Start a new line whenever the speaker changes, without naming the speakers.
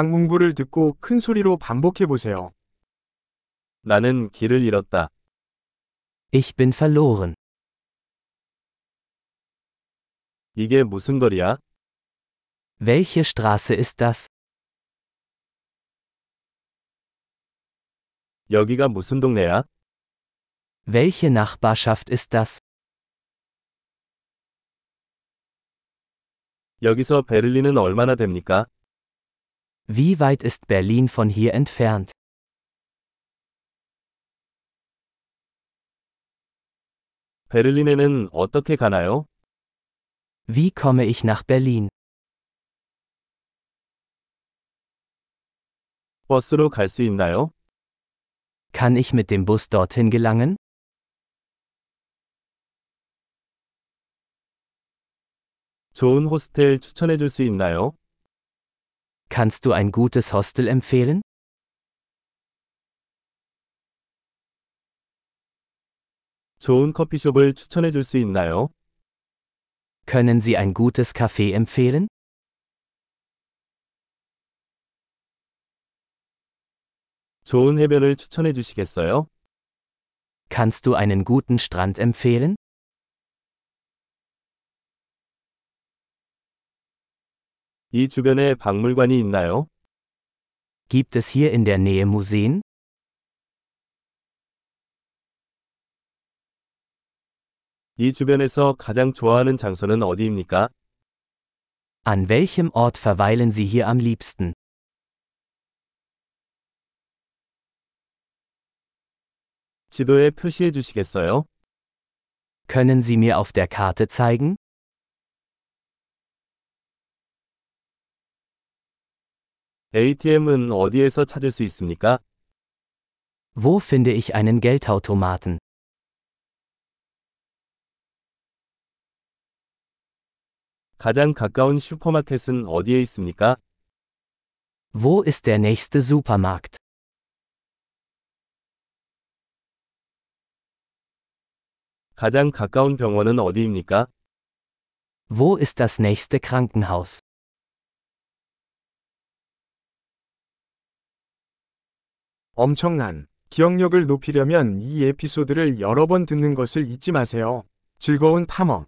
강문부를 듣고 큰 소리로 반복해 보세요.
나는 길을 잃었다.
Ich bin verloren.
이게 무슨 거리야?
Welche Straße ist das?
여기가 무슨 동네야?
Welche Nachbarschaft ist das?
여기서 베를린은 얼마나 됩니까?
Wie weit ist Berlin von hier entfernt?
베를린에는 어떻게 가나요?
Wie komme ich nach Berlin?
버스로 갈 수 있나요?
Kann ich mit dem Bus dorthin gelangen?
좋은 호스텔 추천해 줄 수 있나요?
Kannst du ein gutes Hostel empfehlen?
좋은 커피숍을 추천해 줄 수 있나요?
Können Sie ein gutes Café empfehlen?
좋은 해변을 추천해 주시겠어요?
Kannst du einen guten Strand empfehlen?
이 주변에 박물관이 있나요?
Gibt es hier in der Nähe Museen?
이 주변에서 가장 좋아하는 장소는 어디입니까?
An welchem Ort verweilen Sie hier am liebsten?
지도에 표시해 주시겠어요?
Können Sie mir auf der Karte zeigen?
ATM은 어디에서 찾을 수 있습니까?
Wo finde ich einen Geldautomaten?
가장 가까운 슈퍼마켓은 어디에 있습니까?
Wo ist der nächste Supermarkt?
가장 가까운 병원은 어디입니까?
Wo ist das nächste Krankenhaus?
엄청난 기억력을 높이려면 이 에피소드를 여러 번 듣는 것을 잊지 마세요. 즐거운 탐험.